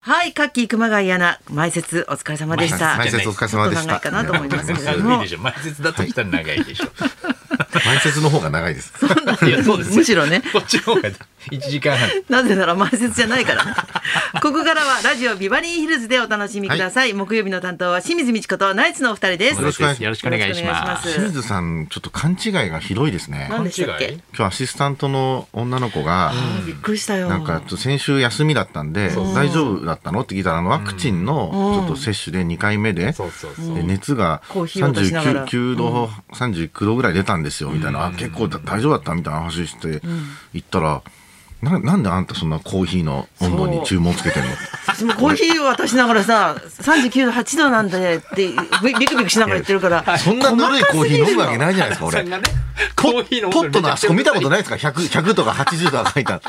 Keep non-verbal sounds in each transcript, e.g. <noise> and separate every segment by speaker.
Speaker 1: はい、カッキー熊谷アナ、前説お疲れ様でした。
Speaker 2: 前説お疲れ様でし
Speaker 1: ちょっと長いか
Speaker 2: た。
Speaker 1: なと
Speaker 3: <laughs>
Speaker 1: 思いますけれど
Speaker 3: いい
Speaker 1: も
Speaker 3: で。しょ前説だとしたら長いでしょ
Speaker 2: 前説の方が長いです。
Speaker 3: <laughs> いやそうですよ
Speaker 1: むしろね
Speaker 3: こっちの方が1時間半
Speaker 1: なぜなら前説じゃないからね。 <laughs> ここからはラジオビバリーヒルズでお楽しみください。木曜日の担当は清水美智子とナイツのお二人です。
Speaker 2: よろしくお願いします
Speaker 3: よろしくお願いしま
Speaker 1: よろしくお願いします
Speaker 3: す
Speaker 2: 清水さん、ちょっと勘違いがひどいですね。
Speaker 1: 何でしたっけ
Speaker 2: 今日アシスタントの女の子が、
Speaker 1: びっくりしたよ。
Speaker 2: なんかちょっと先週休みだったんで、大丈夫だったのって聞いたら、あのワクチンのちょっと接種で2回目で、
Speaker 3: そうそうそう
Speaker 2: で熱が
Speaker 1: コーヒーを出しながら
Speaker 2: 39度、39度ぐらい出たんですよみたいな、あ結構だ大丈夫だったみたいな話して行ったら、ななんであんたそんなコーヒーの温度に注文つけてんの
Speaker 1: 私もコーヒーを渡しながらさ、39度、8度なんだねって、ビビクビクしながら言ってるから。
Speaker 2: そんなぬるいコーヒー飲むわけないじゃないですか、
Speaker 3: さ
Speaker 2: 俺
Speaker 3: ん。がね
Speaker 2: ポ
Speaker 3: コーヒーの
Speaker 2: ポットのあそこ見たこと
Speaker 3: い
Speaker 2: ないですか 100, 100とか80とか書いてある。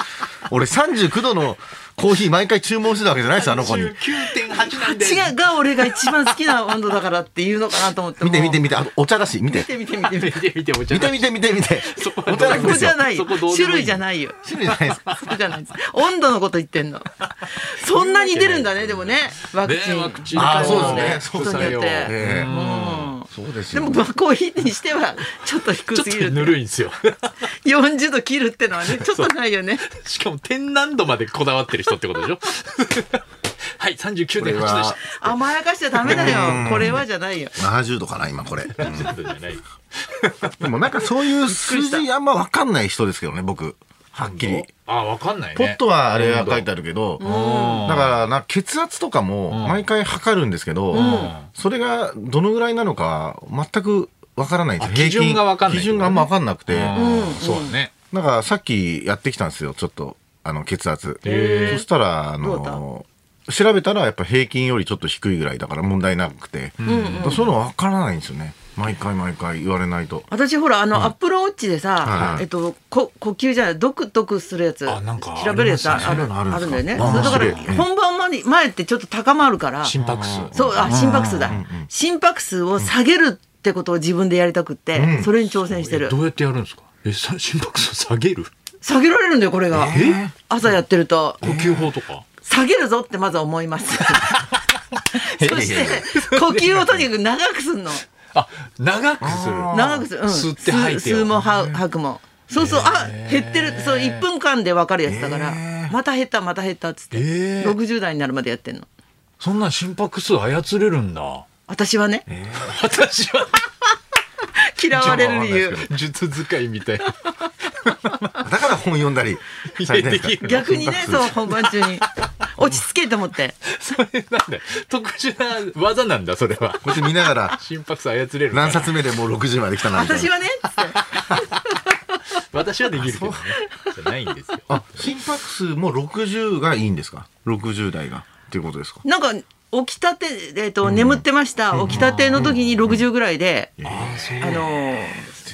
Speaker 2: 俺39度のコーヒー毎回注文してたわけじゃないですよ、あの子に。
Speaker 3: 19.8なんで
Speaker 1: 違うが俺が一番好きな温度だからっていうのかなと思って。
Speaker 2: 見て見て
Speaker 1: も
Speaker 2: 見て、あのお茶だし、見て。
Speaker 1: う見て見て見て。
Speaker 3: 見て見てお茶
Speaker 2: 見て
Speaker 3: だ
Speaker 2: 見て見て見て。お茶
Speaker 1: そ
Speaker 2: だけ
Speaker 1: こ
Speaker 2: です
Speaker 1: じ
Speaker 2: よ
Speaker 1: ゃ。ないよ
Speaker 3: そこどうでもいい
Speaker 1: 種類じゃないよ。
Speaker 2: 種類じゃないですか。
Speaker 1: そうじゃないです。温度のこと言って
Speaker 3: <laughs>
Speaker 1: んの。そんなに出るんだね、でもね。ワクチン。
Speaker 3: ねワクチン
Speaker 2: あーそうですねそう
Speaker 1: 人
Speaker 2: です
Speaker 1: に
Speaker 2: ね
Speaker 1: よって。
Speaker 2: ええ
Speaker 1: うん
Speaker 2: そうです
Speaker 1: で
Speaker 2: よ。
Speaker 1: も、まあコーヒーにしては、ちょっと低
Speaker 3: ちょ
Speaker 1: すぎ
Speaker 3: っと
Speaker 1: る。
Speaker 3: ぬ
Speaker 2: <laughs>
Speaker 3: るいんですよ
Speaker 1: 40度切るってのはね、ちょっとないよね。
Speaker 3: <laughs> しかも天南度までこだわってる人ってこと <laughs> でしょはい39.8
Speaker 2: これ
Speaker 3: でし
Speaker 2: は
Speaker 3: た
Speaker 1: 甘やかしちゃダメだよ。これはじゃないよ。
Speaker 2: 70度かな、今これ。
Speaker 3: ちょっとじゃない
Speaker 2: でもなんかそういう数字あんま分かんない人ですけどね、僕。はっきり。
Speaker 3: あわかんないね
Speaker 2: ポットはあれは書いてあるけど、だからな血圧とかも毎回測るんですけど、それがどのぐらいなのか全くわからないんですよ
Speaker 3: あ基準がわかんない
Speaker 2: 平均基準があんまわかんなくて、
Speaker 3: うんそうだね
Speaker 2: だからさっきやってきたんですよ、ちょっと、あの、血圧。
Speaker 3: へ
Speaker 2: そしたら、あ
Speaker 1: どうだ
Speaker 2: の、調べたらやっぱ平均よりちょっと低いぐらいだから問題なくて、だからそういうのわからないんですよね。毎回毎回言われないと。
Speaker 1: 私ほらあのアップルウォッチでさ、
Speaker 2: はい
Speaker 1: えっとこ呼吸じゃないドクドクするやつ
Speaker 3: あなんか
Speaker 1: 調べるやつあ
Speaker 3: あ
Speaker 1: る
Speaker 2: りますね
Speaker 1: あるんだよね
Speaker 2: あ
Speaker 1: それだから
Speaker 2: 面白いうん
Speaker 1: 本番まで前ってちょっと高まるから
Speaker 3: 心拍数
Speaker 1: そうあ心拍数だ心拍数を下げるってことを自分でやりたくって、それに挑戦して
Speaker 3: え
Speaker 1: る
Speaker 3: どうやってやるんですかえさ心拍数下げる
Speaker 1: 下げられるんだよこれが朝やってると
Speaker 3: 呼吸法とか
Speaker 1: 下げるぞってまずは思います
Speaker 3: <laughs>
Speaker 1: そして呼吸をとにかく長くすんの
Speaker 3: あ長くする
Speaker 1: 長くする、うん、
Speaker 3: 吸って吐いて
Speaker 1: 吸
Speaker 3: を
Speaker 1: 吸も吐吐くもそうそうあ減ってるそう1分間で分かるやつだから、また減ったまた減ったっつって、
Speaker 3: えー
Speaker 1: 60代になるまでやってんの
Speaker 3: そんな心拍数操れるんだ
Speaker 1: 私はね、
Speaker 3: <laughs> 私は
Speaker 1: 嫌われる理由
Speaker 3: 術使いみたいな <laughs>
Speaker 2: だから本読んだりされて
Speaker 3: <laughs>
Speaker 2: るんですか
Speaker 1: 逆にねそう本番中に落ち着けと思
Speaker 3: <laughs>
Speaker 1: って
Speaker 3: それなんだよ特殊な技なんだそれは
Speaker 2: こうやって見ながら、
Speaker 3: 心拍数操れるから
Speaker 2: 何冊目でもう60まで来たなみたい
Speaker 1: 私
Speaker 2: な。
Speaker 1: はねっつって
Speaker 3: 私はできるけどねじゃないんですよ
Speaker 2: あ、心拍数も60がいいんですか ?60 代が。っていうことですか
Speaker 1: なんか起きたて、えっと眠ってました起きたての時に60ぐらいで、あのー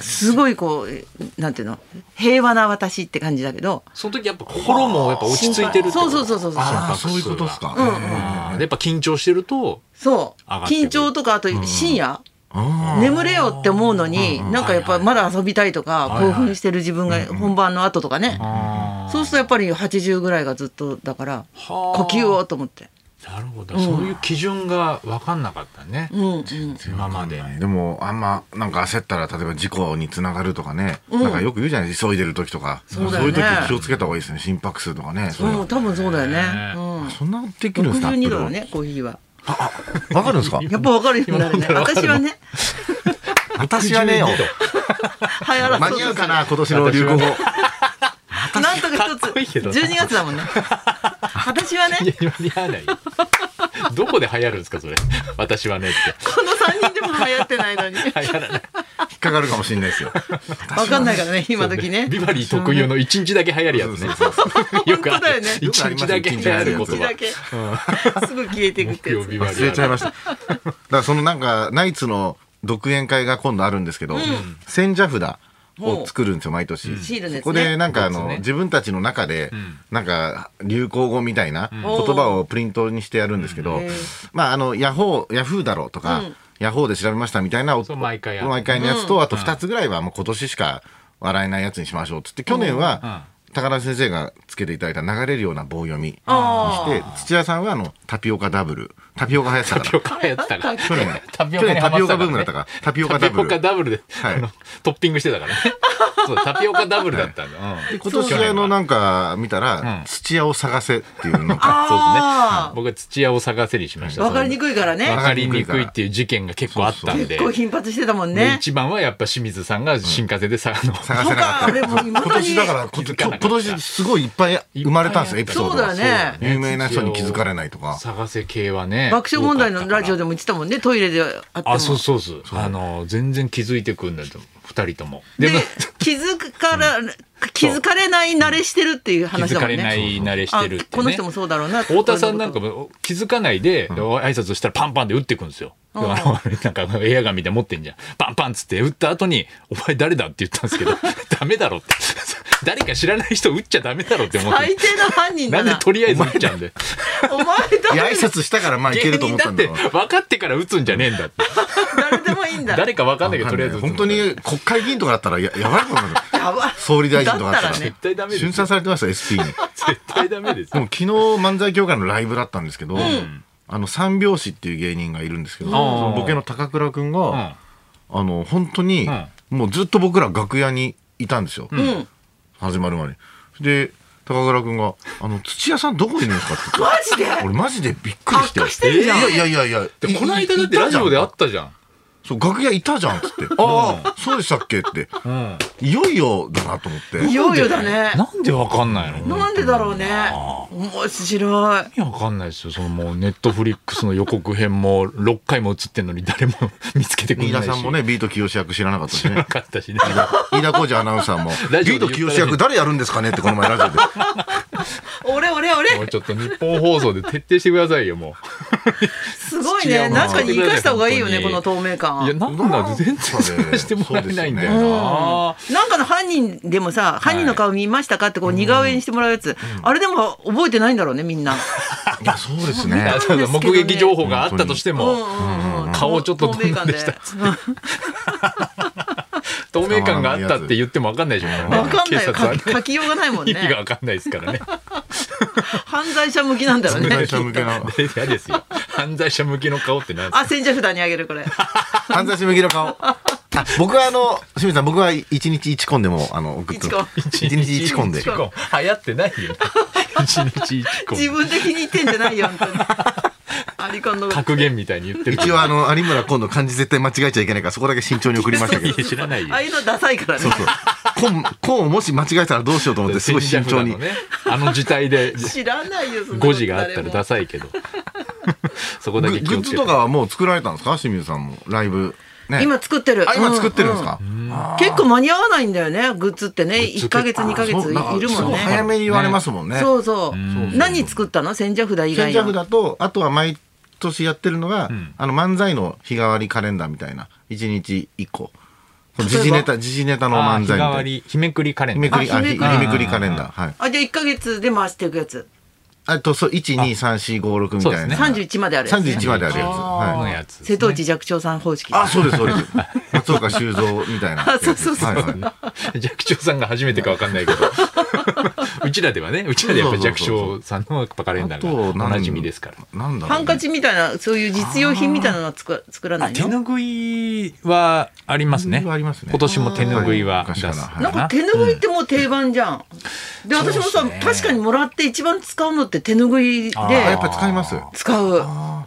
Speaker 1: すごいこうなんていうの平和な私って感じだけど
Speaker 3: その時やっぱ心もやっぱ落ち着いてるってこと
Speaker 1: そうそうそうそうそう
Speaker 3: 心
Speaker 2: あ
Speaker 3: 拍
Speaker 2: あ、
Speaker 3: 数
Speaker 2: そ
Speaker 3: が
Speaker 2: ういうことですか。
Speaker 3: あーでやっぱ緊張してると
Speaker 1: そう
Speaker 3: 上がってくる
Speaker 1: 緊張とかあと深夜、
Speaker 2: あ
Speaker 1: 眠れよって思うのに、なんかやっぱりまだ遊びたいとか、興奮してる自分が本番の後とかね、そうするとやっぱり80ぐらいがずっとだから
Speaker 3: はあ
Speaker 1: 呼吸をと思って、
Speaker 3: なるほどそういう基準が分かんなかったね
Speaker 1: うんうん、
Speaker 3: 今まで
Speaker 2: あ。でも、あんま、なんか焦ったら、例えば事故につながるとかね。なんかよく言うじゃないですか。急いでる時とか。そう
Speaker 1: だよ
Speaker 2: い
Speaker 1: ね
Speaker 2: う時気をつけた方がいいですね。心拍数とかね。それ
Speaker 1: うん、多分そうだよね、
Speaker 3: え
Speaker 2: そんなでき
Speaker 1: うん、
Speaker 2: るんですか
Speaker 1: 62度だ。ねコーヒーは
Speaker 2: アップルはわかるんですか
Speaker 1: やっぱ分かるようになるね私はね
Speaker 2: 私はねよ。 <laughs>
Speaker 1: 流行ら
Speaker 2: 間
Speaker 1: そう
Speaker 2: に合
Speaker 1: と
Speaker 2: う
Speaker 1: す
Speaker 2: かな今年の流行語。
Speaker 1: るなんとか
Speaker 3: かっこい
Speaker 1: 一
Speaker 3: い
Speaker 1: つ
Speaker 3: けどな
Speaker 1: 12月だもんね私はね
Speaker 3: いや間に合わないよどこで流行るんですかそれ私はねっ
Speaker 1: この3人でも流行ってないのに
Speaker 3: て流行らない
Speaker 2: 引っかかるかもしれないですよ。
Speaker 1: 分かんないからね今時ね
Speaker 3: ビバリー特有の一日だけ流行るやつね <laughs> よくあ
Speaker 1: 本当だよ
Speaker 3: る
Speaker 1: ね
Speaker 3: 一日だけ流行る言
Speaker 1: 口
Speaker 3: 葉
Speaker 1: だけすぐ消えていくってやつ
Speaker 3: ビバリ
Speaker 2: 忘れちゃいまし
Speaker 3: した
Speaker 2: <laughs> 。だからそのなんか、ナイツの独演会が今度あるんですけど、千社札を作るんですよ、毎年。
Speaker 1: シールのやつね
Speaker 2: そこでなんか
Speaker 3: そ
Speaker 2: あ
Speaker 3: うです
Speaker 2: の、
Speaker 3: ね
Speaker 2: 自分たちの中で、なんか流行語みたいな言葉をプリントにしてやるんですけど
Speaker 1: へー、
Speaker 2: まああの、ヤホー、ヤフーだろうとか、ヤホーで調べましたみたいなお
Speaker 3: そう毎回やる
Speaker 2: 毎回のやつと、あと2つぐらいはもう今年しか笑えないやつにしましょうっつって、去年は、高田先生がつけていただいた流れるような棒読みに
Speaker 1: あ
Speaker 2: し
Speaker 1: ー
Speaker 2: て、土屋さんはあの、タピオカダブル。タピオカ流行ってた
Speaker 3: タピ
Speaker 2: から。
Speaker 3: オカやってたから。
Speaker 2: <laughs> 去年、
Speaker 3: <laughs> タピオ
Speaker 2: 去
Speaker 3: カに
Speaker 2: 年
Speaker 3: ハマ
Speaker 2: タピ
Speaker 3: っ
Speaker 2: オ
Speaker 3: て
Speaker 2: カ
Speaker 3: たか
Speaker 2: ブーム
Speaker 3: ら、
Speaker 2: だった
Speaker 3: ね。
Speaker 2: から、タピオカ
Speaker 3: タ
Speaker 2: ダ
Speaker 3: ピ
Speaker 2: ブ
Speaker 3: オカ
Speaker 2: ル。
Speaker 3: ダブルで、
Speaker 2: はい
Speaker 3: あのトッピングしてたからね。
Speaker 2: <laughs>
Speaker 3: そうタピオカダブルだったんだ。うん
Speaker 2: で今年はあの、なんか見たら
Speaker 3: う、ん
Speaker 2: 土屋を探せっていうのが、
Speaker 1: あ
Speaker 3: 僕は土屋を探せにしました。
Speaker 1: ーわかりにくいから
Speaker 3: わ
Speaker 1: ね
Speaker 3: かりにくいっていう事件が結構あったんで。
Speaker 1: 結構頻発してたもん
Speaker 3: で
Speaker 1: ね
Speaker 3: 一番はやっぱ清水さんが新風で
Speaker 2: <laughs>
Speaker 3: さ、あの、
Speaker 2: 探
Speaker 1: そう
Speaker 2: せなか
Speaker 1: かあ
Speaker 2: った。
Speaker 1: れも今
Speaker 2: 今年だから、
Speaker 3: 気づ
Speaker 2: 今
Speaker 3: かなかった
Speaker 2: 年すごいいっぱい生まれたんですよ、エピソードが。
Speaker 1: そうだね
Speaker 2: 有名な人に気づかれないとか。
Speaker 3: 探せ系はね。
Speaker 1: 爆笑問題のラジオ
Speaker 3: で。
Speaker 1: でも言ってたもんねトイレであっても
Speaker 3: あ、そうそうそう。あの、全然気づいてくんだと思う、二人とも。
Speaker 1: で
Speaker 3: でも、
Speaker 1: 気づくから気づかれない慣れしてるっていう
Speaker 3: <laughs> 気
Speaker 1: 話
Speaker 3: づ
Speaker 1: だ
Speaker 3: か
Speaker 1: もん
Speaker 3: れな
Speaker 1: ね
Speaker 3: い慣れしてるって、ね。
Speaker 1: あこの人もそうだろうな
Speaker 3: 太田さんなんかも気づかないで、挨拶したらパンパンで打ってくんですよ。あ
Speaker 1: ん
Speaker 3: の <laughs> なんかエアガンみたいなの持ってんじゃん。パンパンっつって打った後に、お前誰だって言ったんですけど、 <laughs> ダメだろって。誰か知らない人打っちゃダメだろって思って
Speaker 1: 最。低な犯人
Speaker 3: な
Speaker 1: だ
Speaker 3: んで
Speaker 1: な
Speaker 3: とりあえず打っちゃうんで。
Speaker 1: お前
Speaker 2: いや
Speaker 1: 誰
Speaker 2: 挨拶したからまあいけ
Speaker 3: 芸
Speaker 2: ると
Speaker 3: 人
Speaker 2: 思った
Speaker 3: だっ
Speaker 2: んだ
Speaker 3: て
Speaker 2: ろうな。
Speaker 3: 分かってから打つんじゃねえんだって。
Speaker 1: 誰でもいいんだ
Speaker 3: 誰か分かんないけど、とりあえず打つんだ
Speaker 2: 本当に国会議員とかだったらややばいことになる。
Speaker 1: やばい
Speaker 2: 総理大臣とかだった
Speaker 1: だった
Speaker 2: ら。
Speaker 1: らね
Speaker 3: 絶対ダメですよ
Speaker 2: 瞬殺されてました、SP に。
Speaker 3: 絶対ダメです
Speaker 2: で
Speaker 3: よ。
Speaker 2: も昨日漫才協会のライブだったんですけど、あの三拍子っていう芸人がいるんですけど、
Speaker 3: ん
Speaker 2: そのボケの高倉君が、あの本当に、
Speaker 3: うん
Speaker 2: もうずっと僕ら楽屋にいたんですよ、
Speaker 1: うん
Speaker 2: 始まるまでで高倉君が「あの土屋さんどこにいるんですか?」って言っ
Speaker 1: マジで
Speaker 2: て俺マジでびっくりして
Speaker 1: 悪化してるじゃん
Speaker 2: いやいやいやいや
Speaker 3: でこの間だってラジオであったじゃん。
Speaker 2: そう楽屋いたじゃんっつって「ああそうでしたっけ?」って
Speaker 3: うん。
Speaker 2: いよいよだなと思って
Speaker 1: いよいよだね
Speaker 3: なんで分かんないの
Speaker 1: なんでだろうね面白い
Speaker 3: 意味わかんないですよ。そのもうネットフリックスの予告編も6回も映ってんのに誰も <laughs> 見つけてくれ
Speaker 2: 飯
Speaker 3: な
Speaker 2: 田
Speaker 3: いし。
Speaker 2: さんもねビート清志役知らなかったし
Speaker 3: 知ら
Speaker 2: ね
Speaker 3: なかったしね。
Speaker 2: 飯田浩二アナウンサーも「
Speaker 3: ラジ
Speaker 2: ビ
Speaker 3: オで言っ
Speaker 2: ー
Speaker 3: た
Speaker 2: ト
Speaker 3: ね
Speaker 2: 清志役誰やるんですかね?」ってこの前ラジ
Speaker 3: <laughs>
Speaker 2: オで
Speaker 1: 俺俺俺
Speaker 3: もうちょっと日本放送で徹底してくださいよ、も
Speaker 1: すごい
Speaker 3: 土屋
Speaker 1: ね
Speaker 3: の
Speaker 1: 確かに生かした方がいいよねこの
Speaker 3: 本
Speaker 1: 透明
Speaker 3: う。いや、
Speaker 1: 感
Speaker 3: なんだ、全然探してもらえないんだよな。
Speaker 1: なんかの犯人でもさ犯人の顔見ましたかってこう似顔絵にしてもらうやつあれでも覚えてないんだろうねみんな
Speaker 2: いや、そうです
Speaker 3: い
Speaker 2: ね
Speaker 3: や。ただ目撃情報があったとして
Speaker 1: うん
Speaker 3: <laughs> も、
Speaker 1: うんうん
Speaker 3: 顔ちょっと
Speaker 1: 透明感で
Speaker 3: どんでしたっ透明感があったって言ってもわかんないでしょ、
Speaker 1: わかんないよ
Speaker 3: 警察は
Speaker 1: か
Speaker 3: ね。
Speaker 1: 書きようがないもん
Speaker 3: 意味が
Speaker 1: ね
Speaker 3: わかんないですからね。
Speaker 1: 犯罪者向きなんだろう
Speaker 2: 犯罪
Speaker 1: ね
Speaker 2: 者向
Speaker 3: <laughs>
Speaker 2: けの、
Speaker 3: <laughs> で嫌ですよ。犯罪者向けの顔ってなんですか
Speaker 1: あ先着札にあげるこれ
Speaker 2: 犯罪者向けの顔。あ僕はあの、清水さん、僕は一日一コンでも、あの、送って
Speaker 1: 一コン
Speaker 2: 一日一コンで。
Speaker 3: 流行ってな
Speaker 1: <laughs>
Speaker 3: いよ。一日一コ
Speaker 1: 自
Speaker 3: ン。
Speaker 1: 分で気に入ってんじゃないよ本当にアリコンの
Speaker 3: 格言みたいに言ってる。
Speaker 2: 一応あの、有村今度漢字絶対間違えちゃいけないから、そこだけ慎重に送りまし
Speaker 1: <laughs>
Speaker 2: たけど。
Speaker 3: 知らないよ
Speaker 1: ああ。いうのダサいからね
Speaker 2: そうそう。コン、コンをもし間違えたらどうしようと思って、すごい慎重に
Speaker 3: 戦略。なのね。あの時代
Speaker 2: <laughs>
Speaker 3: で
Speaker 1: 知らないよそんなこと
Speaker 3: 誤字があったらダサいけど。そこ
Speaker 2: グ
Speaker 3: だ
Speaker 2: グ
Speaker 3: け気
Speaker 2: ッ
Speaker 3: をつ
Speaker 2: ズ
Speaker 3: け
Speaker 2: と
Speaker 3: て。
Speaker 2: かはもう作られたんですか清水さんも。ライブ。ね。
Speaker 1: 今作ってる
Speaker 2: あ、今作ってるんです
Speaker 1: う
Speaker 2: か
Speaker 1: う結構間に合わないんだよねグッズってね1か月2か月
Speaker 2: そうなんか
Speaker 1: いるも
Speaker 2: す
Speaker 1: ん
Speaker 2: ごい早
Speaker 1: ね
Speaker 2: めに言われますもんね。
Speaker 1: そうそう何作ったの千社札以外
Speaker 2: 先着
Speaker 1: は
Speaker 2: 札とあとは毎年やってるのが、
Speaker 3: ん
Speaker 2: あの漫才の日替わりカレンダーみたいな1日1個こ
Speaker 1: 例えば
Speaker 2: の時事ネタ時事ネタの
Speaker 3: あー
Speaker 2: 漫
Speaker 3: 日
Speaker 2: 才み
Speaker 3: 替
Speaker 2: た
Speaker 3: わ
Speaker 2: いな
Speaker 3: り、日めくりカレ
Speaker 2: 日
Speaker 3: ンダ
Speaker 2: め
Speaker 3: ー。
Speaker 2: くり
Speaker 1: あ
Speaker 2: あ
Speaker 1: 日め
Speaker 2: 日
Speaker 1: くり
Speaker 2: 日めくりカレンダーはい
Speaker 1: あじゃあ1か月で回していくやつ
Speaker 2: あとそう123456み
Speaker 3: そうで
Speaker 2: た
Speaker 3: す
Speaker 2: い
Speaker 3: ね
Speaker 2: な、
Speaker 1: 31まであるやつね
Speaker 2: 31まであるやつ、
Speaker 3: この
Speaker 2: はい、
Speaker 3: やつ。
Speaker 1: 瀬
Speaker 3: <laughs>
Speaker 1: 戸内寂聴さん方式
Speaker 2: あそうですそうです <laughs> 松岡修造みたいな
Speaker 1: あそうそうそう
Speaker 2: はいはい
Speaker 3: 寂聴さんが初めてかわかんない
Speaker 2: <laughs>
Speaker 3: けど。うちらではね、うちらでやっぱ
Speaker 2: そうそう
Speaker 3: 寂
Speaker 2: そうそう
Speaker 3: 聴さんのやっぱカレン
Speaker 2: あ
Speaker 3: ダ
Speaker 2: と
Speaker 3: ーがお
Speaker 2: 何
Speaker 3: なじみですから。
Speaker 2: なんだろうね
Speaker 1: ハンカチみたいなそういう実用品みたいなのは作作らな
Speaker 3: あ
Speaker 1: い
Speaker 3: 手
Speaker 1: の
Speaker 3: ぬぐいはありますね
Speaker 2: 手拭いはありますね
Speaker 3: 今年も手ぬぐいは
Speaker 2: うん
Speaker 3: 出す
Speaker 2: 昔から
Speaker 1: なんか手拭いってもう定番じゃん、で私もさ、
Speaker 3: そうですね
Speaker 1: 確かにもらって一番使うのって手拭いで
Speaker 3: あ
Speaker 2: あやっぱ使います
Speaker 1: 使う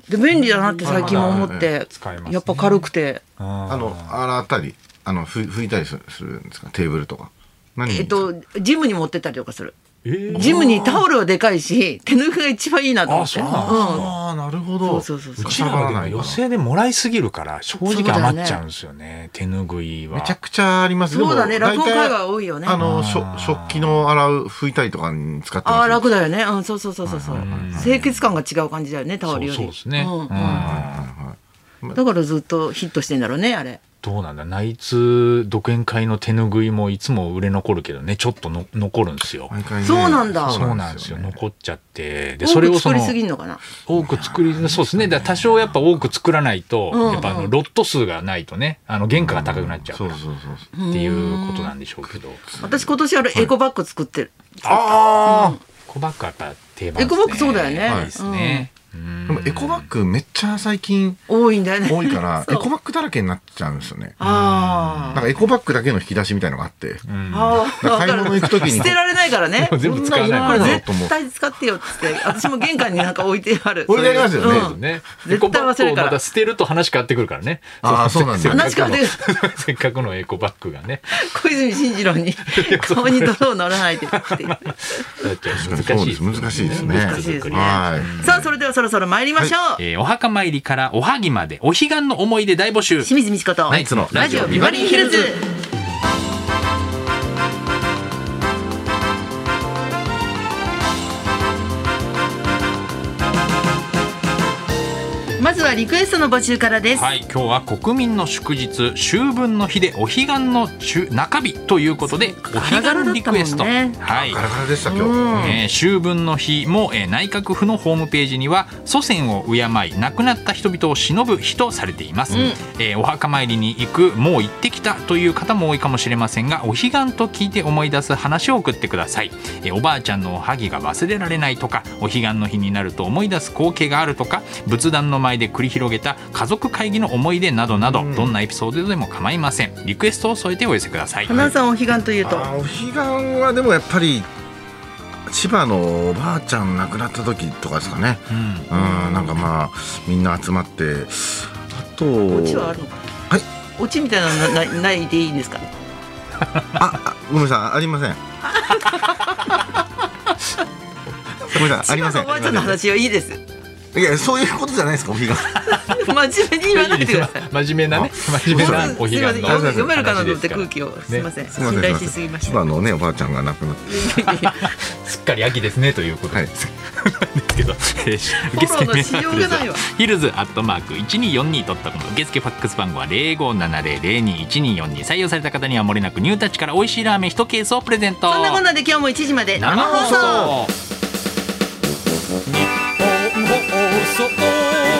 Speaker 1: で便利だなって最近も思って
Speaker 3: 使いますね
Speaker 1: やっぱ軽くて、
Speaker 2: あの洗ったりあのふ拭いたりするするんですかテーブルとか何に
Speaker 1: えっとジムに持ってったりとかする
Speaker 3: えー
Speaker 1: ジムにタオルはでかいし手拭いが一番いいなと思
Speaker 3: あ
Speaker 1: って
Speaker 3: そうなんですか
Speaker 2: ああなるほど
Speaker 1: そうそうそうそう
Speaker 2: か
Speaker 3: うち
Speaker 2: さ
Speaker 3: ら
Speaker 2: ばら
Speaker 3: は
Speaker 2: ない
Speaker 3: で
Speaker 2: か
Speaker 3: も
Speaker 2: な
Speaker 3: 寄せでもらいすぎるから正
Speaker 1: そう
Speaker 3: 直
Speaker 1: だよね
Speaker 3: 余っちゃうんですよね手ぬぐいは
Speaker 2: めちゃくちゃあります
Speaker 1: そうだね
Speaker 2: でも大体
Speaker 1: 落語会が多いよね
Speaker 2: あのしょ食器の洗う拭いたりとかに使ってます
Speaker 1: ああ楽だよねうんそうそうそうそうそう清潔感が違う感じだよねタオ
Speaker 3: そ
Speaker 1: ル
Speaker 3: う
Speaker 1: より
Speaker 3: そうですね
Speaker 1: うん
Speaker 3: うん
Speaker 1: だからずっとヒットしてんだろうねあれ
Speaker 3: どうなんだナイツ独演会の手拭いもいつも売れ残るけどねちょっとの残るんですよ
Speaker 2: 毎回ね
Speaker 1: そうなんだ
Speaker 3: そうなんですよ残っちゃってで
Speaker 1: 多
Speaker 3: それ
Speaker 1: く
Speaker 3: をそ
Speaker 1: 作
Speaker 3: の
Speaker 1: りすぎんのかな
Speaker 3: 多く作りそうですねだから多少やっぱ多く作らないと、
Speaker 1: うん
Speaker 3: やっぱあのロット数がないとねあの原価が高くなっちゃう
Speaker 2: そう
Speaker 3: か
Speaker 2: そ
Speaker 3: ら
Speaker 2: う
Speaker 3: っ
Speaker 2: そうそう
Speaker 3: ていうことなんでしょうけど
Speaker 1: 私今年あれエコバッグ作ってる、
Speaker 2: あ
Speaker 3: エコバッグはやっぱ定番
Speaker 1: エ
Speaker 3: ですね
Speaker 1: コバッグそうだよね
Speaker 3: いいですね、うん
Speaker 2: あでもエコバッグめっちゃ最近
Speaker 1: 多いんだよね
Speaker 2: 多いからエ
Speaker 1: <laughs> そう
Speaker 2: コバッグだらけになっちゃうんですよね
Speaker 1: あ
Speaker 2: なんかエコバッグだけの引き出しみたいのがあって
Speaker 3: うん
Speaker 1: あああ
Speaker 2: 買い物行く時に
Speaker 1: 捨てられないから
Speaker 2: <laughs>
Speaker 1: ね
Speaker 3: 全部使わ
Speaker 2: こん
Speaker 3: ない
Speaker 2: ん
Speaker 1: これ
Speaker 2: だろうと思
Speaker 1: 絶
Speaker 2: う
Speaker 1: 対使ってよっつって私も玄関になんか置いてあ
Speaker 2: <laughs>
Speaker 1: る
Speaker 2: 置いてありますよね
Speaker 1: うん
Speaker 3: ね、エコ
Speaker 1: 絶対忘
Speaker 3: バ
Speaker 1: れ
Speaker 3: ッグ
Speaker 1: る
Speaker 3: を
Speaker 1: から
Speaker 3: また捨てると話変わってくるからね。
Speaker 2: あーそうなんだ
Speaker 1: 話変わってく
Speaker 3: る。 <laughs> せっかくのエコバッグがね。
Speaker 1: 小泉進次郎に顔に泥を塗らないでって言って
Speaker 3: だって難
Speaker 2: 確かにそう
Speaker 3: しい。
Speaker 2: です難しいですね
Speaker 1: 難しいですね
Speaker 2: はい
Speaker 1: さあそれではそろそろ参りましょう、
Speaker 3: えーお墓参りからおはぎまでお彼岸の思い出大募集。
Speaker 1: 清水美智子と
Speaker 2: ナイツの
Speaker 1: ラジオビバリーヒルズまずはリクエストの募集からです、
Speaker 3: はい、今日は国民の祝日秋分の日でお彼岸の中中日ということでお彼岸リクエスト。
Speaker 1: ガラガラだったもんね
Speaker 3: はい
Speaker 2: ガ。ラガラでした今
Speaker 1: うん
Speaker 2: 日
Speaker 3: えー秋分の日も、えー内閣府のホームページには祖先を敬い亡くなった人々を忍ぶ日とされています、
Speaker 1: うん
Speaker 3: えーお墓参りに行くもう行ってきたという方も多いかもしれませんがお彼岸と聞いて思い出す話を送ってください、えーおばあちゃんのおはぎが忘れられないとかお彼岸の日になると思い出す光景があるとか仏壇の前で繰り広げた家族会議の思い出などなど、
Speaker 2: うん
Speaker 3: どんなエピソードでも構いませんリクエストを添えてお寄せください
Speaker 1: 花さんお彼岸というと
Speaker 2: あーお彼岸はでもやっぱり千葉のおばあちゃん亡くなった時とかですかね
Speaker 3: うん
Speaker 2: うんなんかまあみんな集まってあと
Speaker 1: オチはあるのか
Speaker 2: はい
Speaker 1: オチみたいなのななないでいいんですか
Speaker 2: あ、あごめんなさい、ありません。ごめんなさい、ありません。
Speaker 1: おばあちゃんの話はいいです
Speaker 2: いや、そういうことじゃないですか、お彼岸。
Speaker 1: 真面目に言わないでください
Speaker 3: 真面目なね真面目なお
Speaker 1: す
Speaker 3: 彼岸
Speaker 1: いません
Speaker 3: の
Speaker 1: 読め読めるかなと思って
Speaker 3: 話で
Speaker 1: 空
Speaker 3: すか
Speaker 1: 気をすいません
Speaker 2: すみませ
Speaker 1: 信 <laughs>
Speaker 2: ん。
Speaker 1: 頼しすぎまし
Speaker 2: 千
Speaker 1: た
Speaker 2: 葉のね、おばあちゃんが亡くなって。
Speaker 3: らすっかり秋ですねという <laughs> ことです、ですけど、えー受付メ
Speaker 1: フォ
Speaker 3: ールアド
Speaker 1: ローのしよう
Speaker 3: レ
Speaker 1: が
Speaker 3: ス
Speaker 1: ない
Speaker 3: は
Speaker 1: わ
Speaker 3: ヒルズアットマーク 1242.com 受付ファックス番号は0570021242採用された方にはもれなくニュータッチから美味しいラーメン1ケースをプレゼント
Speaker 1: そんなこんなで今日も1時まで
Speaker 3: 生放送
Speaker 1: 生放送
Speaker 3: 日本放送